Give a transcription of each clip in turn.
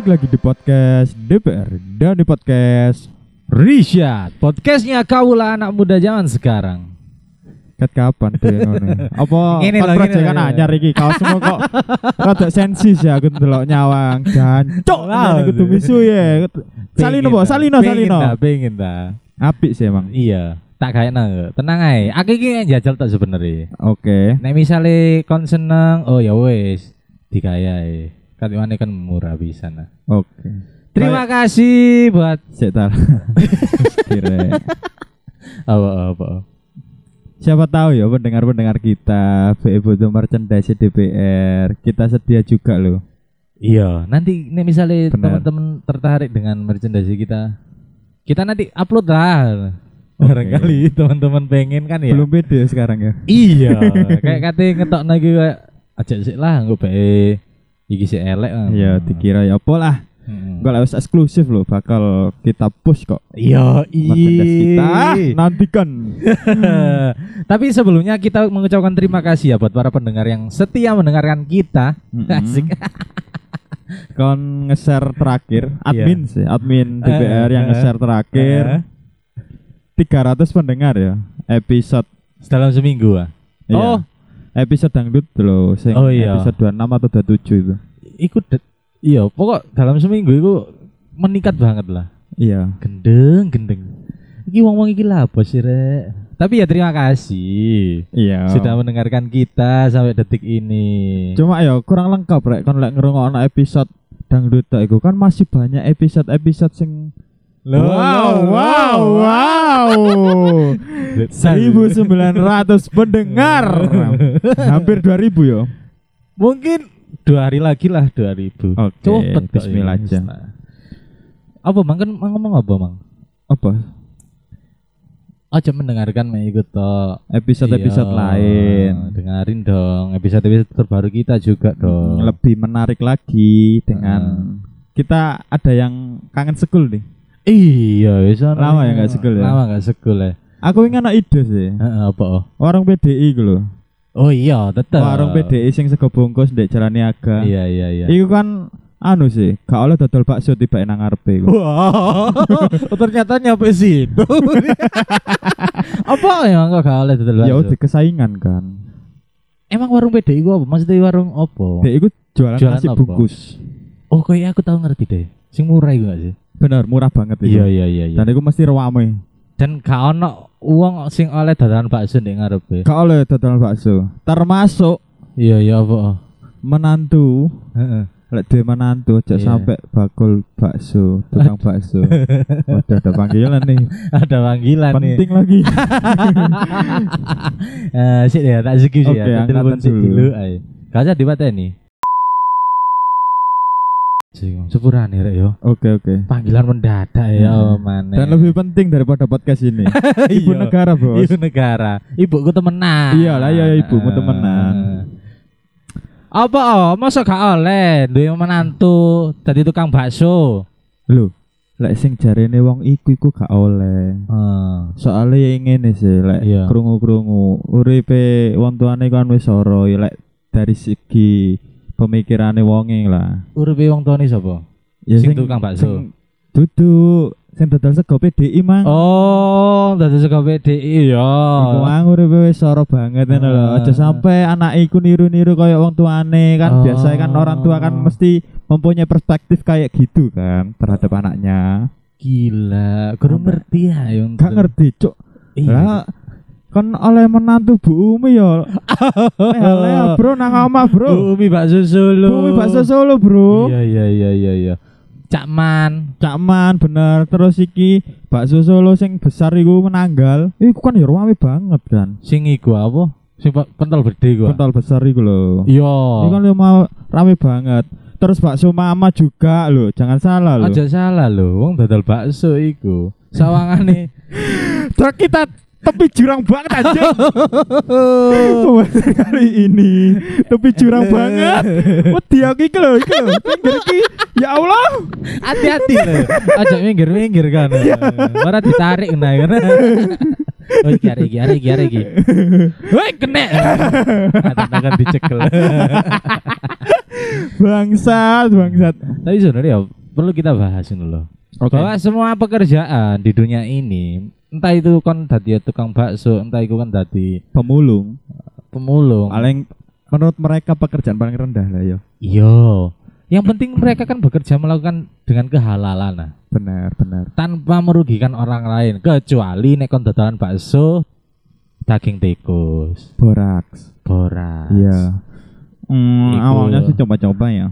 lagi di podcast DPR dan di podcast Rishad, podcastnya kaula anak muda zaman sekarang. Kat kapan tuh yang ngono? Apa Ngene kon lho, ngene proyekan lho. anyar iki kaos semua kok rada sensi sih aku ndelok nyawang jancuk lah Lah, kudu aduh. misu ya. Salino Pengen bo, ta, salino pengen salino. ta, Pengen tak. Apik sih emang. Iya, tak kayak Tenang aja. Aku ini yang jajal tak sebenarnya. Oke. Nek misalnya kon seneng, oh ya wes, dikayai. Kalimannya kan murah bisa nah. Oke. Terima kasih buat Sik tar. Kira. apa apa. Siapa tahu ya pendengar-pendengar kita, BE Butuh Merchandise DPR. Kita sedia juga loh. Iya, nanti nek misalnya Benar. teman-teman tertarik dengan merchandise kita, kita nanti upload lah. Oke. Barangkali teman-teman pengen kan ya. Belum pede sekarang ya. Iya, kayak kate ngetok lagi kayak ajak sik lah nggo bae iki sik elek. Hmm. ah." Iya, dikira ya apa lah. Heeh. Enggak lah wis eksklusif loh, bakal kita push kok. Iya, Merchandise kita Ah, iya. nantikan. Tapi sebelumnya kita mengucapkan terima kasih ya buat para pendengar yang setia mendengarkan kita. Hmm. Asik. Kon nge-share terakhir admin sih, admin DPR yang Iya. Eh, nge-share terakhir eh. 300 pendengar ya episode Dalam seminggu ah. iya. Oh, episode dangdut loh sing Oh, iya. episode 26 atau 27 itu. iku det- iya, pokok dalam seminggu iku meningkat banget lah. Iya. Gendeng, gendeng. Iki wong-wong iki lah apa sih, Rek? Tapi ya terima kasih. Iya. Sudah mendengarkan kita sampai detik ini. Cuma ya kurang lengkap rek kon lek ngrungokno episode dangdut tok iku kan masih banyak episode-episode sing Loh, loh, loh. wow. Seribu 1900 pendengar. Hampir 2000 ya. mungkin dua hari lagi lah dua ribu. Oke, Cepet ya. kok bismillah ini. aja. Apa mang kan Mang ngomong apa mang? Apa? Aja mendengarkan mek ikut tok. Episode-episode Iya, lain. Dengarin dong episode episode terbaru kita juga dong. Lebih menarik lagi dengan Nah. kita ada yang kangen sekul nih. Iya, bisa. Lama ya nggak sekul ya? Lama nggak sekul ya. Aku ingin ada ide sih. Heeh, apa? oh? Warung PDI gitu loh. Oh iya, tetep. Warung PDI sing sego bungkus ndek Jalan Niaga. Iya iya iya. Iku kan anu sih, gak oleh dodol bakso tiba nang ngarepe iku. Wow, Oh, ternyata nyampe situ. apa emang kok gak oleh dodol bakso? Ya udah kesaingan kan. Emang warung PDI gua apa? Maksudnya warung opo? Dek iku jualan, Jualan nasi apa? bungkus. Oh, kayak aku tahu ngerti deh. Sing murah iku gak sih? Bener, murah banget iku. iya iya Dan iku mesti rame. Dan gak ono uang sing oleh dadakan bakso ndek ngarepe. Gak oleh dodol bakso. Termasuk Iya iya apa? menantu Heeh. lek dhewe menantu aja Iya. sampai bakul bakso tukang bakso udah ada panggilan nih Ada panggilan Nah, nih. penting lagi Eh, sik deh, tak skip sih Oke, ya. Tak angkatan telepon sik dulu. dulu ae. Kaca dipateni. Sing sepurane rek yo. oke oke Panggilan mendadak ya, man. dan lebih penting daripada podcast ini ibu Iya. negara bos Ibu negara. Ibuku temenan. Eh. Iyalah, iya, iya, ibumu temenan. Apa oh, masa gak oleh duwe menantu dadi tukang bakso. lho lek sing jarene wong iku iku gak oleh Hmm. soalnya ya ngene sih lek Iya. krungu krungu uripe wong tuane kan wis ora ya, lek dari segi pemikirane wonge lah Uripe wong tuane sapa? ya Sing tukang bakso. sing duduk sing dodol sego PDI mang Oh, dadi saka PDI ya. Iku mang uripe wis ora banget ngono lho. Aja Ah. sampe anak iku niru-niru kaya wong tuane kan Ah. biasa kan orang tua kan mesti mempunyai perspektif kayak gitu kan terhadap anaknya. Gila, kurang ngerti ya yang Gak ngerti, Cuk. Iya. Lah kan oleh menantu Bu Umi yo. Lele bro nang omah, Bro. Bu Umi bakso Solo. Bu Umi bakso Solo, Bro. Iya, iya, iya, iya, iya. Cak Man. Cakman bener terus iki bakso Solo sing besar iku menanggal. Iku kan yo rame banget kan. Sing iku apa? Sing pe- pentol gede gua. Kental besar iku lho. ah. Iya. Ini kan rumah rame banget. Terus bakso mama juga loh, jangan salah loh. Aja salah lho, wong dodol bakso iku. Sawangane. Truk kita tepi jurang banget aja. Pembahasan kali ini tepi jurang banget. Wedi aku iki lho, iki lho. Pinggir iki. Ya Allah. Hati-hati lho. Aja minggir-minggir kan. Ora ditarik nah kan. Oh iki arek iki arek iki arek iki. Woi kena. Tantangan dicekel. Bangsat, bangsat. Tapi sebenarnya ya perlu kita bahas ini loh. Oke. Bahwa semua pekerjaan di dunia ini, entah itu kan tadi tukang bakso, entah itu kan tadi Pemulung pemulung. paling menurut mereka pekerjaan paling rendah lah ya. yo. Yo, Iya. yang penting mereka kan bekerja melakukan dengan kehalalan. Nah. Benar, benar. tanpa merugikan orang lain kecuali nek kon dodolan bakso daging tikus Boraks. boras Iya. Hmm, Iku. awalnya sih coba-coba ya.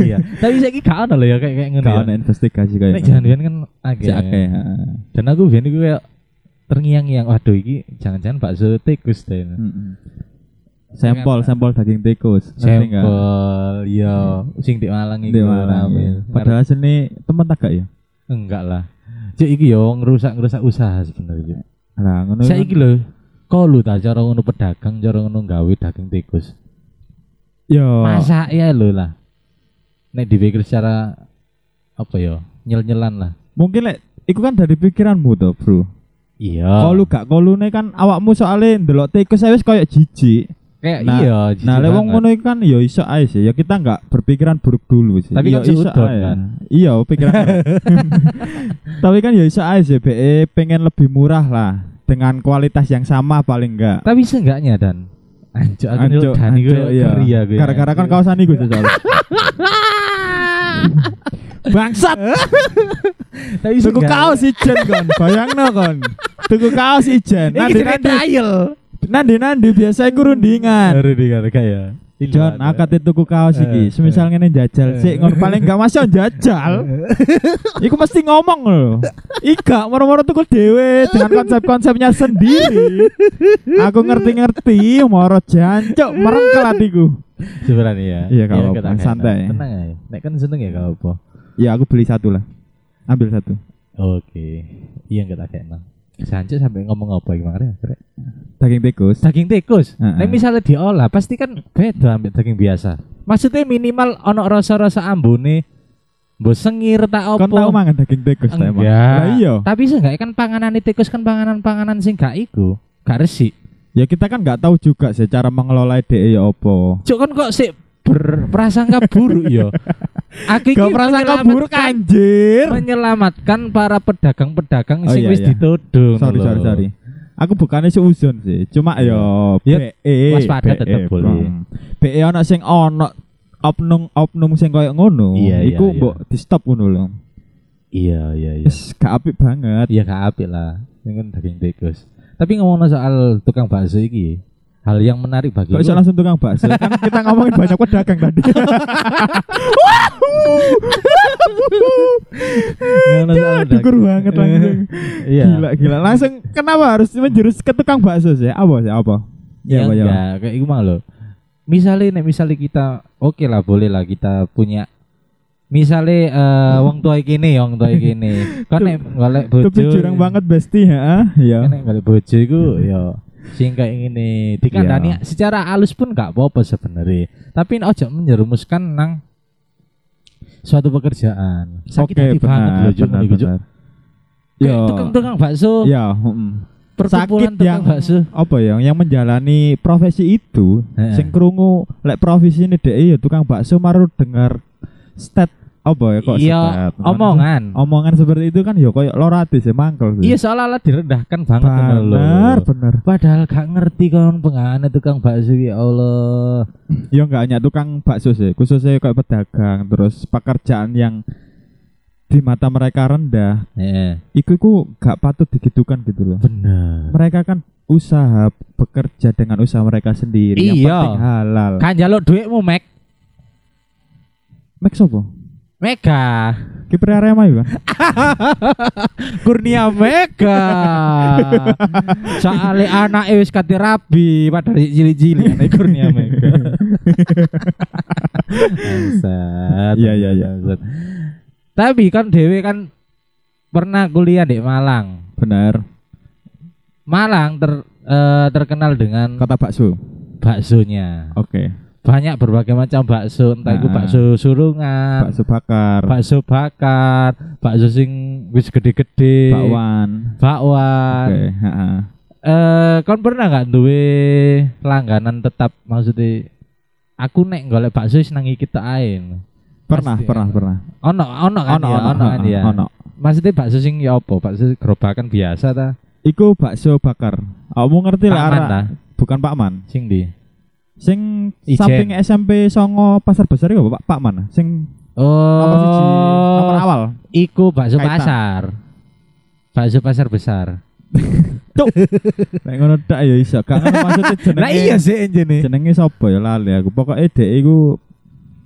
iya tapi saya gak ono lho ya kayak kayak ngono Gak ada ya. investigasi kayak. nek jangan gitu. kan agak Cak, ya. dan aku biyen iku kayak terngiang-ngiang waduh iki jangan-jangan bakso tikus deh Mm-mm. Sampel, sampel daging tikus. Ngerti nggak? sampel yo iya. sing di Malang Iya. Di iku mana? rame. iya. Padahal sini temen tak gak ya? enggak lah cek iki yo ngerusak-ngerusak usaha sebenarnya Lah, ngono. kan. saya iki lho kolu ta cara ngono pedagang cara ngono gawe daging tikus yo. masa ya lo lah nek dipikir secara apa ya nyel-nyelan lah Mungkin lek iku kan dari pikiranmu tuh, Bro. iya Kolu gak kolune kan awakmu soalnya ndelok tikus saya wis koyo jijik. kayak Nah, iya Nah, lek wong ngono iku kan ya iso ae sih. Ya kita nggak berpikiran buruk dulu sih. Tapi ya kan seudon, ae. kan? Iya, pikiran. Tapi kan ya iso ae sih, BE pengen lebih murah lah dengan kualitas yang sama paling enggak. tapi seenggaknya dan anjuk aku Anjuk, dan iku anjuk, iya. keri aku ya. Gara-gara kan kawasan iku sih soalnya. Bangsat, tapi tuku seenggaknya- kaos ijen kon. Bayangno kon. Tuku kaos ijen. Iki sering Nanti-nanti trial nanti-nanti biasa iku rundingan. baru dikatakan ya John, akad tuku kaos iki. Eh, Semisal ngene jajal sik ngono paling gak masuk jajal. Iku mesti ngomong lho. Iga moro-moro tuku dhewe dengan konsep-konsepnya sendiri. Aku ngerti-ngerti moro jancuk merengkel atiku. sebenarnya ya Iya, gak apa-apa, katakan. santai. tenang aja nek kan seneng ya gak apa Ya aku beli satu lah. Ambil satu. oke iya nggak tak enak Sanjut sampai ngomong apa gimana ya? Daging tikus. daging tikus. Heeh. Nek misalnya diolah pasti kan beda ambek daging biasa. Maksudnya minimal ono rasa-rasa ambune mbok sengir tak Kon tau opo. mangan daging tikus ta emang? Lah Enggak. iya. Tapi seenggaknya kan panganan tikus kan panganan-panganan sing gak iku, gak resik. Ya kita kan nggak tahu juga sih cara mengelola DE ya opo. Cuk kan kok sik berprasangka buruk ya. Aku iki Gak perasaan kau buruk menyelamatkan- anjir. menyelamatkan para pedagang-pedagang Oh, iya, sing wis iya. ditodong. sorry lho. sorry sorry aku bukannya seuzon sih cuma yo Ya, BE waspada tetep BE, boleh. Bang. BE ono sing ono oknum oknum sing koyo ngono Iya, iya, iku iya. mbok di stop ngono lho Iya iya iya. wis gak apik banget Iya gak apik lah. Ini kan daging tikus. Tapi ngomong soal tukang bakso iki, hal yang menarik bagi kok iso langsung tukang bakso kan kita ngomongin banyak pedagang tadi Ngomong soal Aduh, dukur daging. banget langsung Iya. gila gila langsung kenapa harus menjurus ke tukang bakso sih apa sih apa Iya, Ya, apa, apa. enggak, kayak iku mah lho. Misalnya nek misalnya kita oke lah boleh lah kita punya misalnya eh wong tua iki nih, wong tua iki nih. Kan nek golek bojo. Tapi curang banget besti ya, kan ya. Hmm. Nek golek bojo iku ya sing kayak Ya. ngene dikandani secara halus pun gak apa-apa sebenarnya. Tapi ojo menjerumuskan nang suatu pekerjaan. Sakit hati banget lho Jung, benar, iku, Jung. benar. Iya. Kayak Yo. tukang-tukang bakso, Ya, mm. perkumpulan sakit tukang yang- bakso. apa ya yang menjalani profesi itu Heeh. sing krungu lek profesi ini deh ya tukang bakso maru dengar stat apa ya kok Oh, Iya, stat omongan. omongan seperti itu kan ya koyo lorati sih mangkel sih. Iya, seolah-olah direndahkan banget bener lho. bener bener Padahal gak ngerti kon pengane tukang bakso ya Allah. ya enggak hanya tukang bakso sih khususnya kayak pedagang terus pekerjaan yang di mata mereka rendah Heeh. iku iku gak patut digitukan gitu loh Bener. mereka kan usaha bekerja dengan usaha mereka sendiri yang Iya. penting halal Kan njaluk duitmu, Mek. Mek sopo? Mega. Kiper Arema ya kan? Iya, Kurnia Mega. Soale anake wis kate rabi padahal isih cili-cili anake Kurnia Mega. Bangsat. Iya, iya, iya. bangsat. Tapi kan Dewi kan pernah kuliah di Malang. Benar. Malang ter- eh, terkenal dengan Kota bakso. baksonya. Oke. Banyak berbagai macam bakso, entah itu Nah. bakso surungan, Bakso bakar, Nah, bakso bakar, bakso sing wis gede-gede, bakwan. bakwan. Oke, ha-ha. Eh, kon pernah nggak duwe langganan tetap maksudnya aku nek golek bakso wis nang kita ain. Pernah, Pasti. pernah, pernah. Ono ono kan Ono, ya, ono, ono kan ono, ya. ono. Maksudnya bakso sing ya apa? Bakso gerobakan biasa ta? Iku bakso bakar. Kamu ngerti lah, Taman arah- ta? bukan Pak Man. Sing di. Sing Ijen. samping SMP Songo Pasar Besar iku Pak Pak Man. Sing nomor siji, nomor Oh, awal. iku bakso Kaitan. pasar. Bakso pasar besar. Nek ngono tak ya iso. Gak ngono maksudnya jenenge. iya sih enjene. Jenenge sapa ya lali aku. Pokoke dhek iku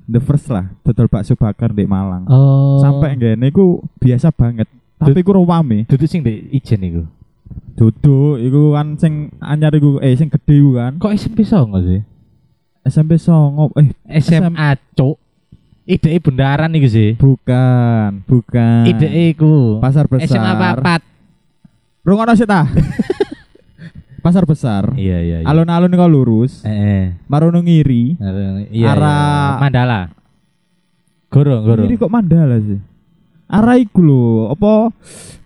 the first lah dodol bakso bakar di Malang. Oh. Sampai ngene iku biasa banget. Tapi ku rame. duduk sing di ijen iku. Duduk iku kan sing anyar iku eh sing gede iku kan. Kok SMP songo sih? SMP Songo eh SMA cuk. Ide bundaran iku sih. bukan, bukan. Ide iku. Pasar Besar. SMA papat. Rungono sih ta. Pasar Besar. Iya iya. iya. Alun-alun kau lurus, Eh, eh. marono ngiri. Arah- Iya, Arah- iya. Mandala. Gorong, gorong. Ngiri kok mandala sih? Arah iku lho, apa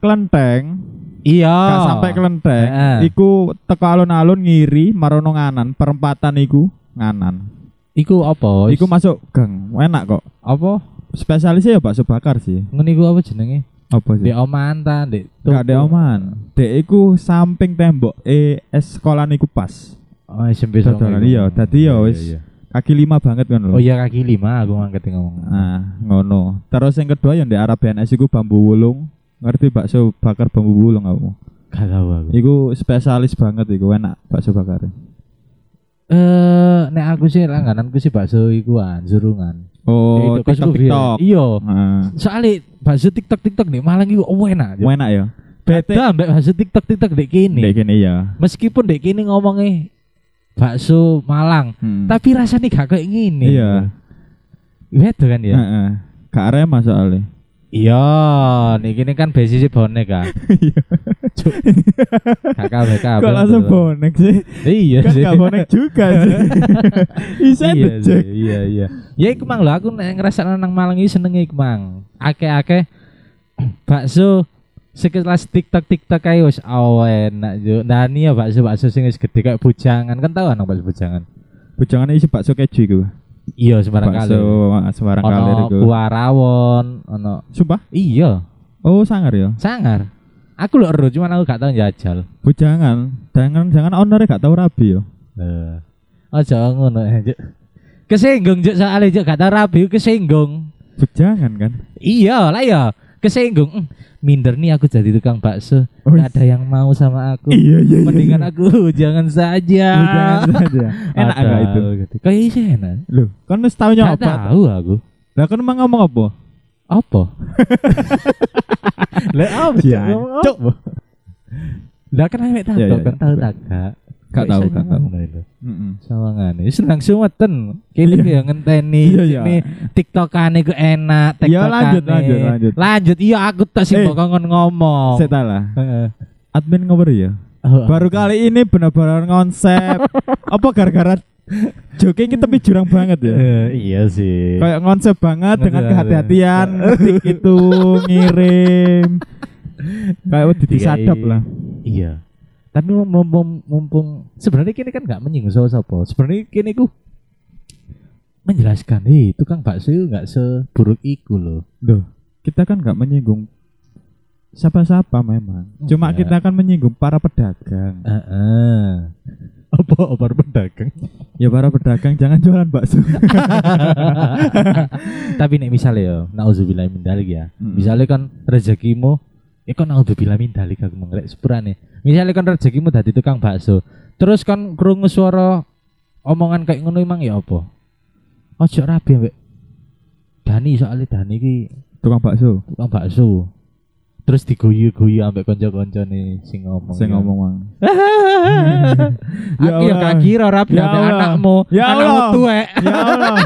kelenteng, Iya. gak sampai kelenteng. Heeh. Iku teko alun-alun ngiri, marono nganan, perempatan iku nganan. Iku apa? Iku masuk gang, enak kok. apa? Spesialisnya ya bakso bakar sih. Ngene iku apa jenenge? Apa Di sih? oman ta, Dek. Gak ada Iya. oman. Dek iku samping tembok eh es sekolah niku pas. Oh, SMP sama Dodolan, iku. iya. Dadi ya Iya, wis. iya. Kaki lima banget kan lho. Oh iya kaki lima aku ngangkat ngomong. Nah, ngono. Terus yang kedua yang di arah BNS iku bambu wulung. Ngerti bakso bakar bambu wulung kamu? Gak tahu aku. Iku spesialis banget iku enak bakso bakar. Eh, nek aku sih langgananku sih bakso ikuan, surungan. Oh, Itu, kasku TikTok biar. TikTok. Iya. Heeh. Soalnya bakso TikTok TikTok nih malah iku oh, enak. Jo. enak ya. PT Beda mbak bakso TikTok TikTok dek kini. Ndek kene ya. Meskipun dek kini ngomongnya bakso Malang, Hmm. tapi rasanya gak kayak gini. Iya. Nah. Beda kan ya? Heeh. Gak rema soalnya. Iya, nih gini kan basisnya bonek kan. Iya. Cuk. Kakak BK. Kok langsung bonek sih? Iya Kan sih. gak bonek juga sih. Isa Iya sih, dicek. iya iya. Ya iku mang lho aku nek ngerasa nang Malang iki senenge iku mang. Ake-ake bakso sekelas TikTok TikTok kayak wis awe enak yo. Dani ya bakso bakso sing wis gede kayak bujangan kan tau nang bakso bujangan. Bujangan isi bakso keju iku. Iya sembarang kali. Bakso sembarang kali Ono iku. kuah rawon, ono Sumpah? iya, Oh, sangar ya. sangar. Aku lho ero cuman aku gak tau jajal. Oh, Bujangan. Jangan-jangan ownernya gak tau rabi ya. Nah. Aja ngono eh, Juk. Kesinggung juk soalnya juk gak tau rabi kesinggung. Bujangan kan. Iya lah ya kesinggung Mm, minder nih aku jadi tukang bakso Oh, nggak ada yang mau sama aku Iya iya. mendingan aku jangan Oh, saja Jangan saja. Enak Ada, enggak itu? gitu. kayak sih enak Loh, kan wis tau nggak nyoba. tahu aku Lah kan emang ngomong apa? apa lah apa Cuk? Jancuk. Ngomong apa? lah kan awet tahu Ya, ya, kan ya. tahu tak gak Gak tahu, gak tahu. Heeh. Sawangane senang sumeten. Kene ya ngenteni Iya, iya. ini TikTokane ku Iya, enak, TikTokane. lanjut, lanjut, lanjut. Lanjut, iya aku tak Eh. sing bakal kon Oh. ngomong. Saya lah. Heeh. Admin ngobrol ya. Oh, Baru kali ini benar-benar konsep. apa gara-gara joki kita tapi jurang banget ya. eh, iya sih. Kayak konsep banget Ngerti, dengan ngerti. kehati-hatian ngetik itu ngirim. Kayak udah disadap Dikai. lah. Iya. Tapi mum- mumpung, mumpung sebenarnya kini kan nggak menyinggung sapa-sapa. Sebenarnya kini ku menjelaskan nih tukang bakso itu nggak seburuk iku loh. Loh, kita kan nggak menyinggung siapa-siapa memang. Cuma Iya. kita kan menyinggung para pedagang. Heeh. Apa apa pedagang? Ya para pedagang jangan jualan bakso. Tapi nek misalnya ya, nauzubillah min dalik ya. Mm. Misalnya kan rezekimu, ya kan nauzubillah min dalik aku mengrek sepurane. Misalnya kan rezekimu dadi tukang bakso, terus kan krungu suara omongan kayak ngono emang ya apa? Ojo rabi ambek Dani soalnya Dani ki Tukang bakso tukang bakso. Terus diguyu-guyu ambek kanca-kanca nih sing ngomong. sing ya. ngomong mang. Ya Aku ya Allah. gak kira rabi Ya ambek Allah. anakmu. Ya anakmu Allah. tuwek. ya Allah,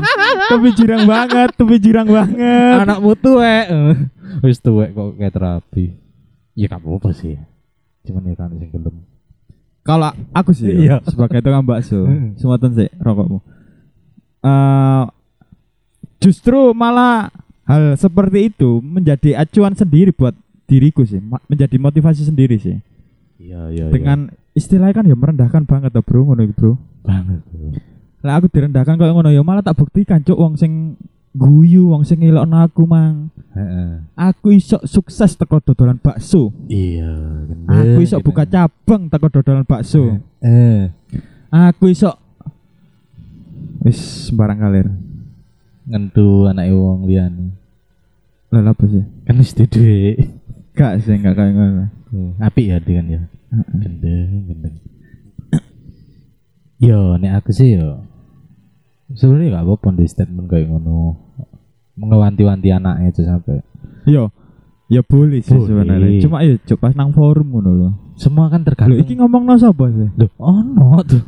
tapi jirang banget, tapi jirang banget. anakmu tuwek Eh, wis tuwek kok kayak terapi ya gak apa-apa sih cuman ya kan sing gelem Kalau aku sih Iya. sebagai tukang bakso, Hmm. sumatan sih rokokmu. Eh, justru malah hal seperti itu menjadi acuan sendiri buat diriku sih, ma- menjadi motivasi sendiri sih. iya iya Dengan istilahnya kan ya merendahkan banget toh bro, ngono iku, bro. banget Lah aku direndahkan koyo ngono ya malah tak buktikan cuk wong sing guyu wong sing ngelokno aku mang. Heeh. Aku iso sukses teko dodolan bakso. Iya. Aku iso buka cabang teko dodolan bakso. Eh, Aku iso wis sembarang kalir. ngentu anake wong liyane. Lah apa sih? Kan wis duwe. Gak sih gak kayak ngono. Apik ya dengan ya. Gendeng, gendeng. Yo, nek aku sih yo. Sebenarnya gak apa-apa di statement kayak ngono. Mengewanti-wanti anaknya itu sampai. Yo, ya boleh sih Boleh. sebenarnya. Cuma ya cuk pas nang forum ngono lho. Semua kan Lho tergantung. iki ngomongno sapa sih? Loh, ono tuh.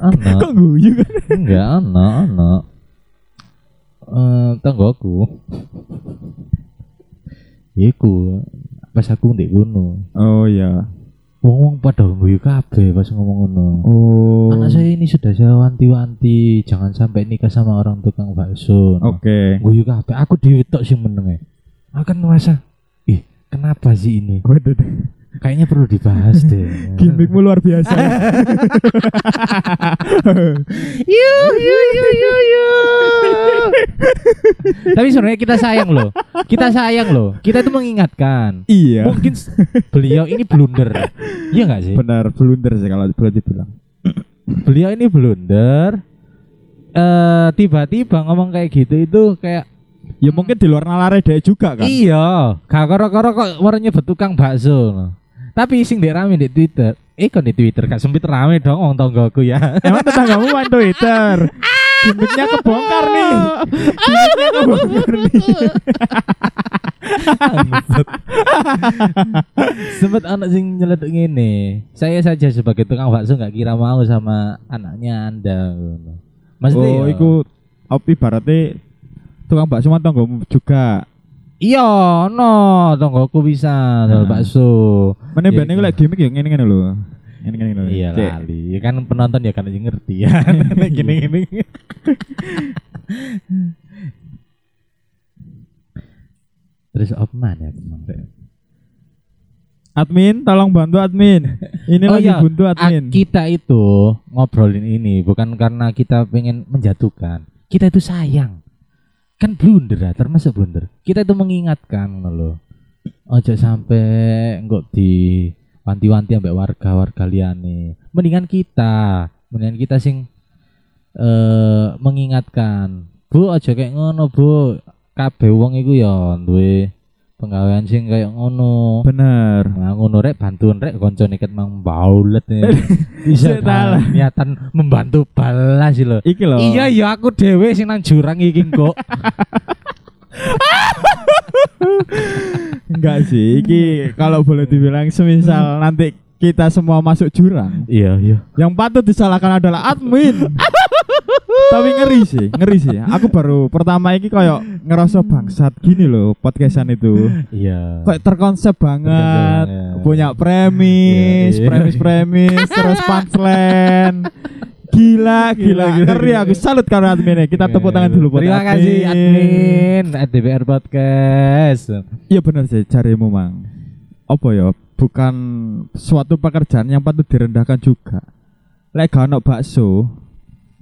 ono. Kok guyu kan? Enggak, ono, ono. Eh, tanggoku. Ya Iku pas aku ndek kono. Oh iya. Wong-wong pada guyu kabeh pas ngomong ngono. Oh. Anak saya ini sudah saya wanti-wanti, jangan sampai nikah sama orang tukang bakso. Nah, Oke. Guyu kabeh, aku dhewe tok sing meneng. Akan merasa, ih, kenapa sih ini? Waduh. Kayaknya perlu dibahas deh. Gimikmu luar biasa. Yu yu yu yu yu. Tapi sebenarnya kita sayang loh. Kita sayang loh. Kita itu mengingatkan. iya. Mungkin s- beliau ini blunder. Iya enggak sih? Benar blunder sih kalau boleh dibilang. Beliau ini blunder. Eh tiba-tiba ngomong kayak gitu itu kayak Ya mungkin di luar nalare dia juga kan. iya, gak koro-koro kok warnanya betukang bakso. Tapi sing di rame di Twitter. Eh kok di Twitter gak sempit rame dong wong tonggoku ya. Emang tetanggamu main Twitter. Gimiknya kebongkar nih. Gimiknya kebongkar nih. Sempet anak sing nyeleduk ngene. Saya saja sebagai tukang bakso nggak kira mau sama anaknya Anda ngono. Maksudnya Oh, ya, iku op ibaratnya tukang bakso mah tanggamu juga. Iya, no, tonggoku bisa Nah. dol bakso. Mana Iya, ben iku lek gimik ya ngene-ngene lho. Ngene-ngene lho. Iya Cek. kali. Ya kan penonton ya kan aja ngerti ya. Nek Gini-gini. Terus op mana ya? Admin, tolong bantu admin. Ini Oh lagi iya, buntu Ah, admin. kita itu ngobrolin ini bukan karena kita pengen menjatuhkan. Kita itu sayang. Kan blunder lah, termasuk blunder. Kita itu mengingatkan ngono lho. Ojo sampai nggak di wanti-wanti ambek warga-warga liyane. Mendingan kita, mendingan kita sing eh mengingatkan. Bu ojo kayak ngono, Bu. Kabeh wong iku ya duwe penggawean sing kayak ngono. Bener. Nah, ngono rek bantuan rek konco niket mang baulet ya. Bisa Sik talah. kan niatan membantu balas sih lo. Iki lho. Iya iya aku dewe sing nang jurang iki kok. Enggak sih, iki kalau boleh dibilang semisal nanti kita semua masuk jurang, iya iya. yang patut disalahkan adalah admin. Tapi ngeri sih, ngeri sih. Aku baru pertama iki koyo ngerasa bangsat gini loh podcastan itu. Iya. Kayak terkonsep banget, Terkonsep, ya. punya premis, Iya, iya. premis-premis, terus punchline. Gila, Gila, gila, gila, ngeri gila. Iya. aku salut karena adminnya. Kita tepuk tangan dulu buat Terima kasih admin ADBR Podcast. Iya benar sih carimu mang. Apa ya? Bukan suatu pekerjaan yang patut direndahkan juga. Lek gak ono bakso,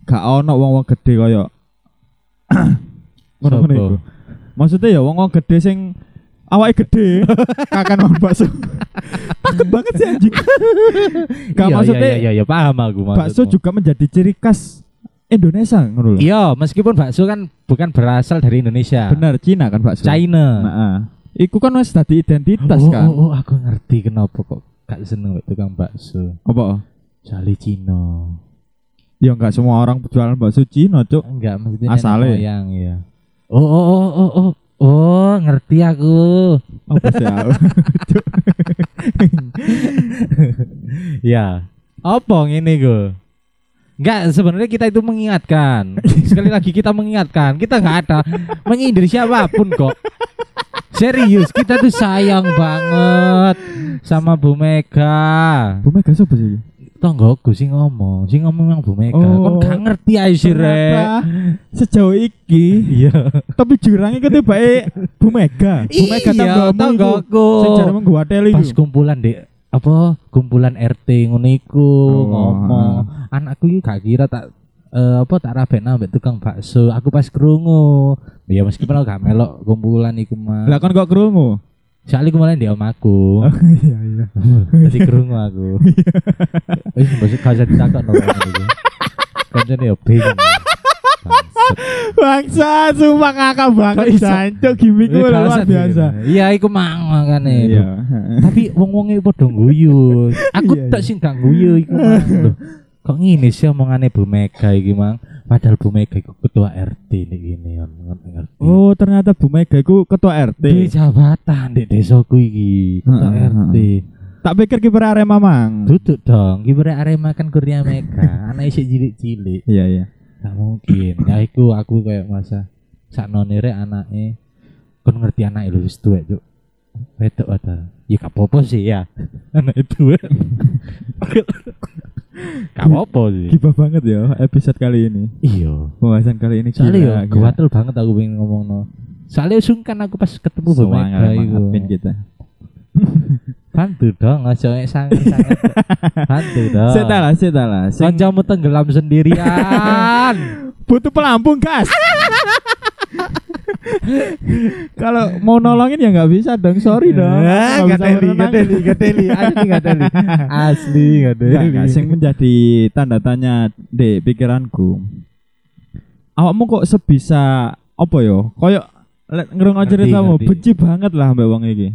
gak ono wong-wong gede kaya ngono-ngono Sopo? iku. Maksudnya ya wong-wong gede sing awake gede kakan wong bakso. Takut banget sih anjing. Gak Iya, maksudnya iya iya iya paham aku bakso maksudmu. juga menjadi ciri khas Indonesia ngono lho. Iya, meskipun bakso kan bukan berasal dari Indonesia. Bener Cina kan bakso. China. Heeh. Iku kan wis dadi identitas oh, kan. oh, oh, aku ngerti kenapa kok gak seneng wek tukang bakso. Apa? Soalnya Cina. Ya enggak semua orang jualan bakso Cina, Cuk. Enggak maksudnya Asale. nenek moyang ya. Oh oh oh oh oh. Oh, ngerti aku. Oh, Apa sih? aku? Cuk. ya. Apa ini gue? Enggak, sebenarnya kita itu mengingatkan. Sekali lagi kita mengingatkan. Kita nggak ada menyindir siapapun kok. Serius, kita tuh sayang banget sama Bu Mega. Bu Mega siapa sih? Tonggoku sih ngomong, sih ngomong yang Bu Mega. Oh. Kon gak ngerti ae sih, Rek. Ternyata sejauh iki Iya. tapi jurangnya ketiba Bu Mega. Bu Mega tanggamu Iya, iku. tonggoku. Sing jarang mengguateli pas iku. kumpulan dek apa kumpulan RT ngono iku Oh, ngomong anakku iki gak kira tak eh, apa tak rabekna ambek tukang bakso aku pas krungu ya meskipun aku gak melok kumpulan iku mah Lah kon kok krungu? soalnya kemarin di omaku Iya iya. Tadi kerungu aku. Wis mbok kaca ditakok no. Kancane yo bingung. Bangsat. Bangsa sumpah kakak banget Kok iso? jancuk gimmick gue luar Bangsat biasa. iki. Iya, iku mang makane. Iya. Tapi wong-wonge padha guyu. Aku Iya, tak iya. sing gak guyu iku. Mang. Loh, Kok ngene sih omongane Bu Mega iki, Mang? Padahal Bu Mega iku ketua RT nih gini, ngerti. Oh ternyata Bu Mega itu ketua di RT. jabatan di desaku iki, ketua Heeh, heeh. RT. Tak pikir kiper Arema mang. Duduk dong, kibre Arema kan kurnia Mega, anak isih cilik-cilik. Iya iya. Gak mungkin. Ya iku aku kayak masa sak nonere anake kon ngerti anake lho wis tuwek, Cuk. Wedok ada. Ya gak apa-apa sih ya. Anake tuwek. gak apa-apa sih. Gibah banget ya episode kali ini. Iya. Pembahasan kali ini Soalnya gila, yo gila. gawatel banget aku pengen ngomongno. Soalnya sungkan aku pas ketemu Bu Semangat, Mega iku. mantapin kita. Bantu dong, aja mek sangat-sangat. Bantu dong. Seta lah, seta lah. Sing- Kancamu tenggelam sendirian. butuh pelampung gas. Kalau mau nolongin ya nggak bisa dong, sorry Eh, dong. Eh, Nggak bisa berenang. gateli, asli gateli. Asli Nggak, nggak. Sing menjadi tanda tanya di pikiranku. Awakmu kok sebisa apa yo? Koyok lek ngrungokno Ngerti, ceritamu ngerti. benci banget lah mbak wong iki.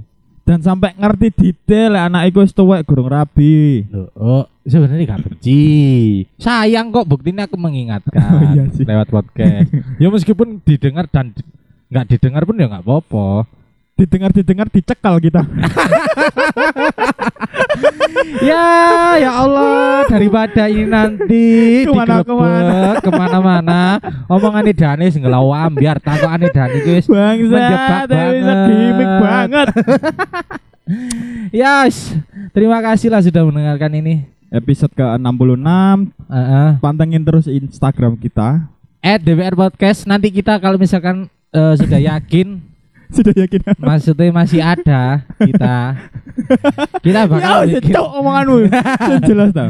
Dan sampai ngerti detail lek anak iku wis tuwek gurung rabi. Loh, oh, sebenarnya gak benci. Sayang kok buktinya aku mengingatkan Oh, iya sih. lewat podcast. ya meskipun didengar dan di- nggak didengar pun ya nggak apa-apa. Didengar-didengar dicekal kita. ya, ya Allah, daripada ini nanti Kemana- digerebek kemana-mana, omongan Dani senggelawam biar takut aneh Dani guys. Bangsa, Menjebak tapi bisa banget. gimmick banget. Yes, terima kasih lah sudah mendengarkan ini. Episode ke-66 Heeh. pantengin terus Instagram kita. at DPR Podcast nanti kita kalau misalkan eh, sudah yakin Sudah yakin? maksudnya masih ada kita kita bakal Ya, bikin cocok omonganmu. Sing jelas tau.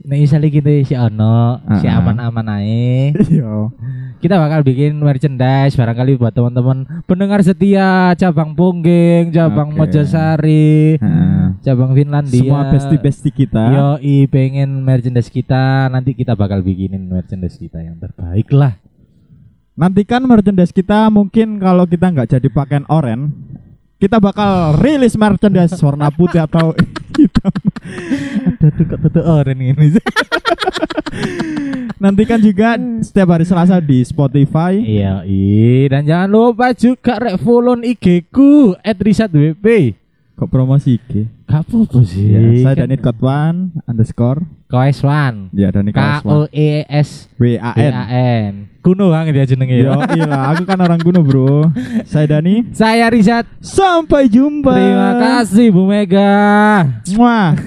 nah misalnya gitu si ono si Ah. aman-aman ae Iya. kita bakal bikin merchandise barangkali buat teman-teman pendengar setia cabang Pungging cabang Oke. Mojosari Heeh. cabang Finlandia Nah, Semua ya. besti-besti kita. Yoi pengen merchandise kita nanti kita bakal bikinin merchandise kita yang terbaik lah Nantikan merchandise kita mungkin kalau kita nggak jadi pakaian oren, kita bakal rilis merchandise warna putih atau hitam. Aduh kok tutup orang ini Nantikan juga setiap hari Selasa di Spotify. Iya, i. dan jangan lupa juga rek follow IG ku @risadwp. Kok promosi IG? Gak apa-apa sih. Kan Ya, saya Danit Kotwan underscore. Koeswan. Ya, Dani K Koswan. O E S W W A N. Kuno banget ya jenenge kan Yo, ya. iya, aku kan orang kuno, Bro. Saya Dani. Saya Rizat. Sampai jumpa. Terima kasih Bu Mega. Mwah.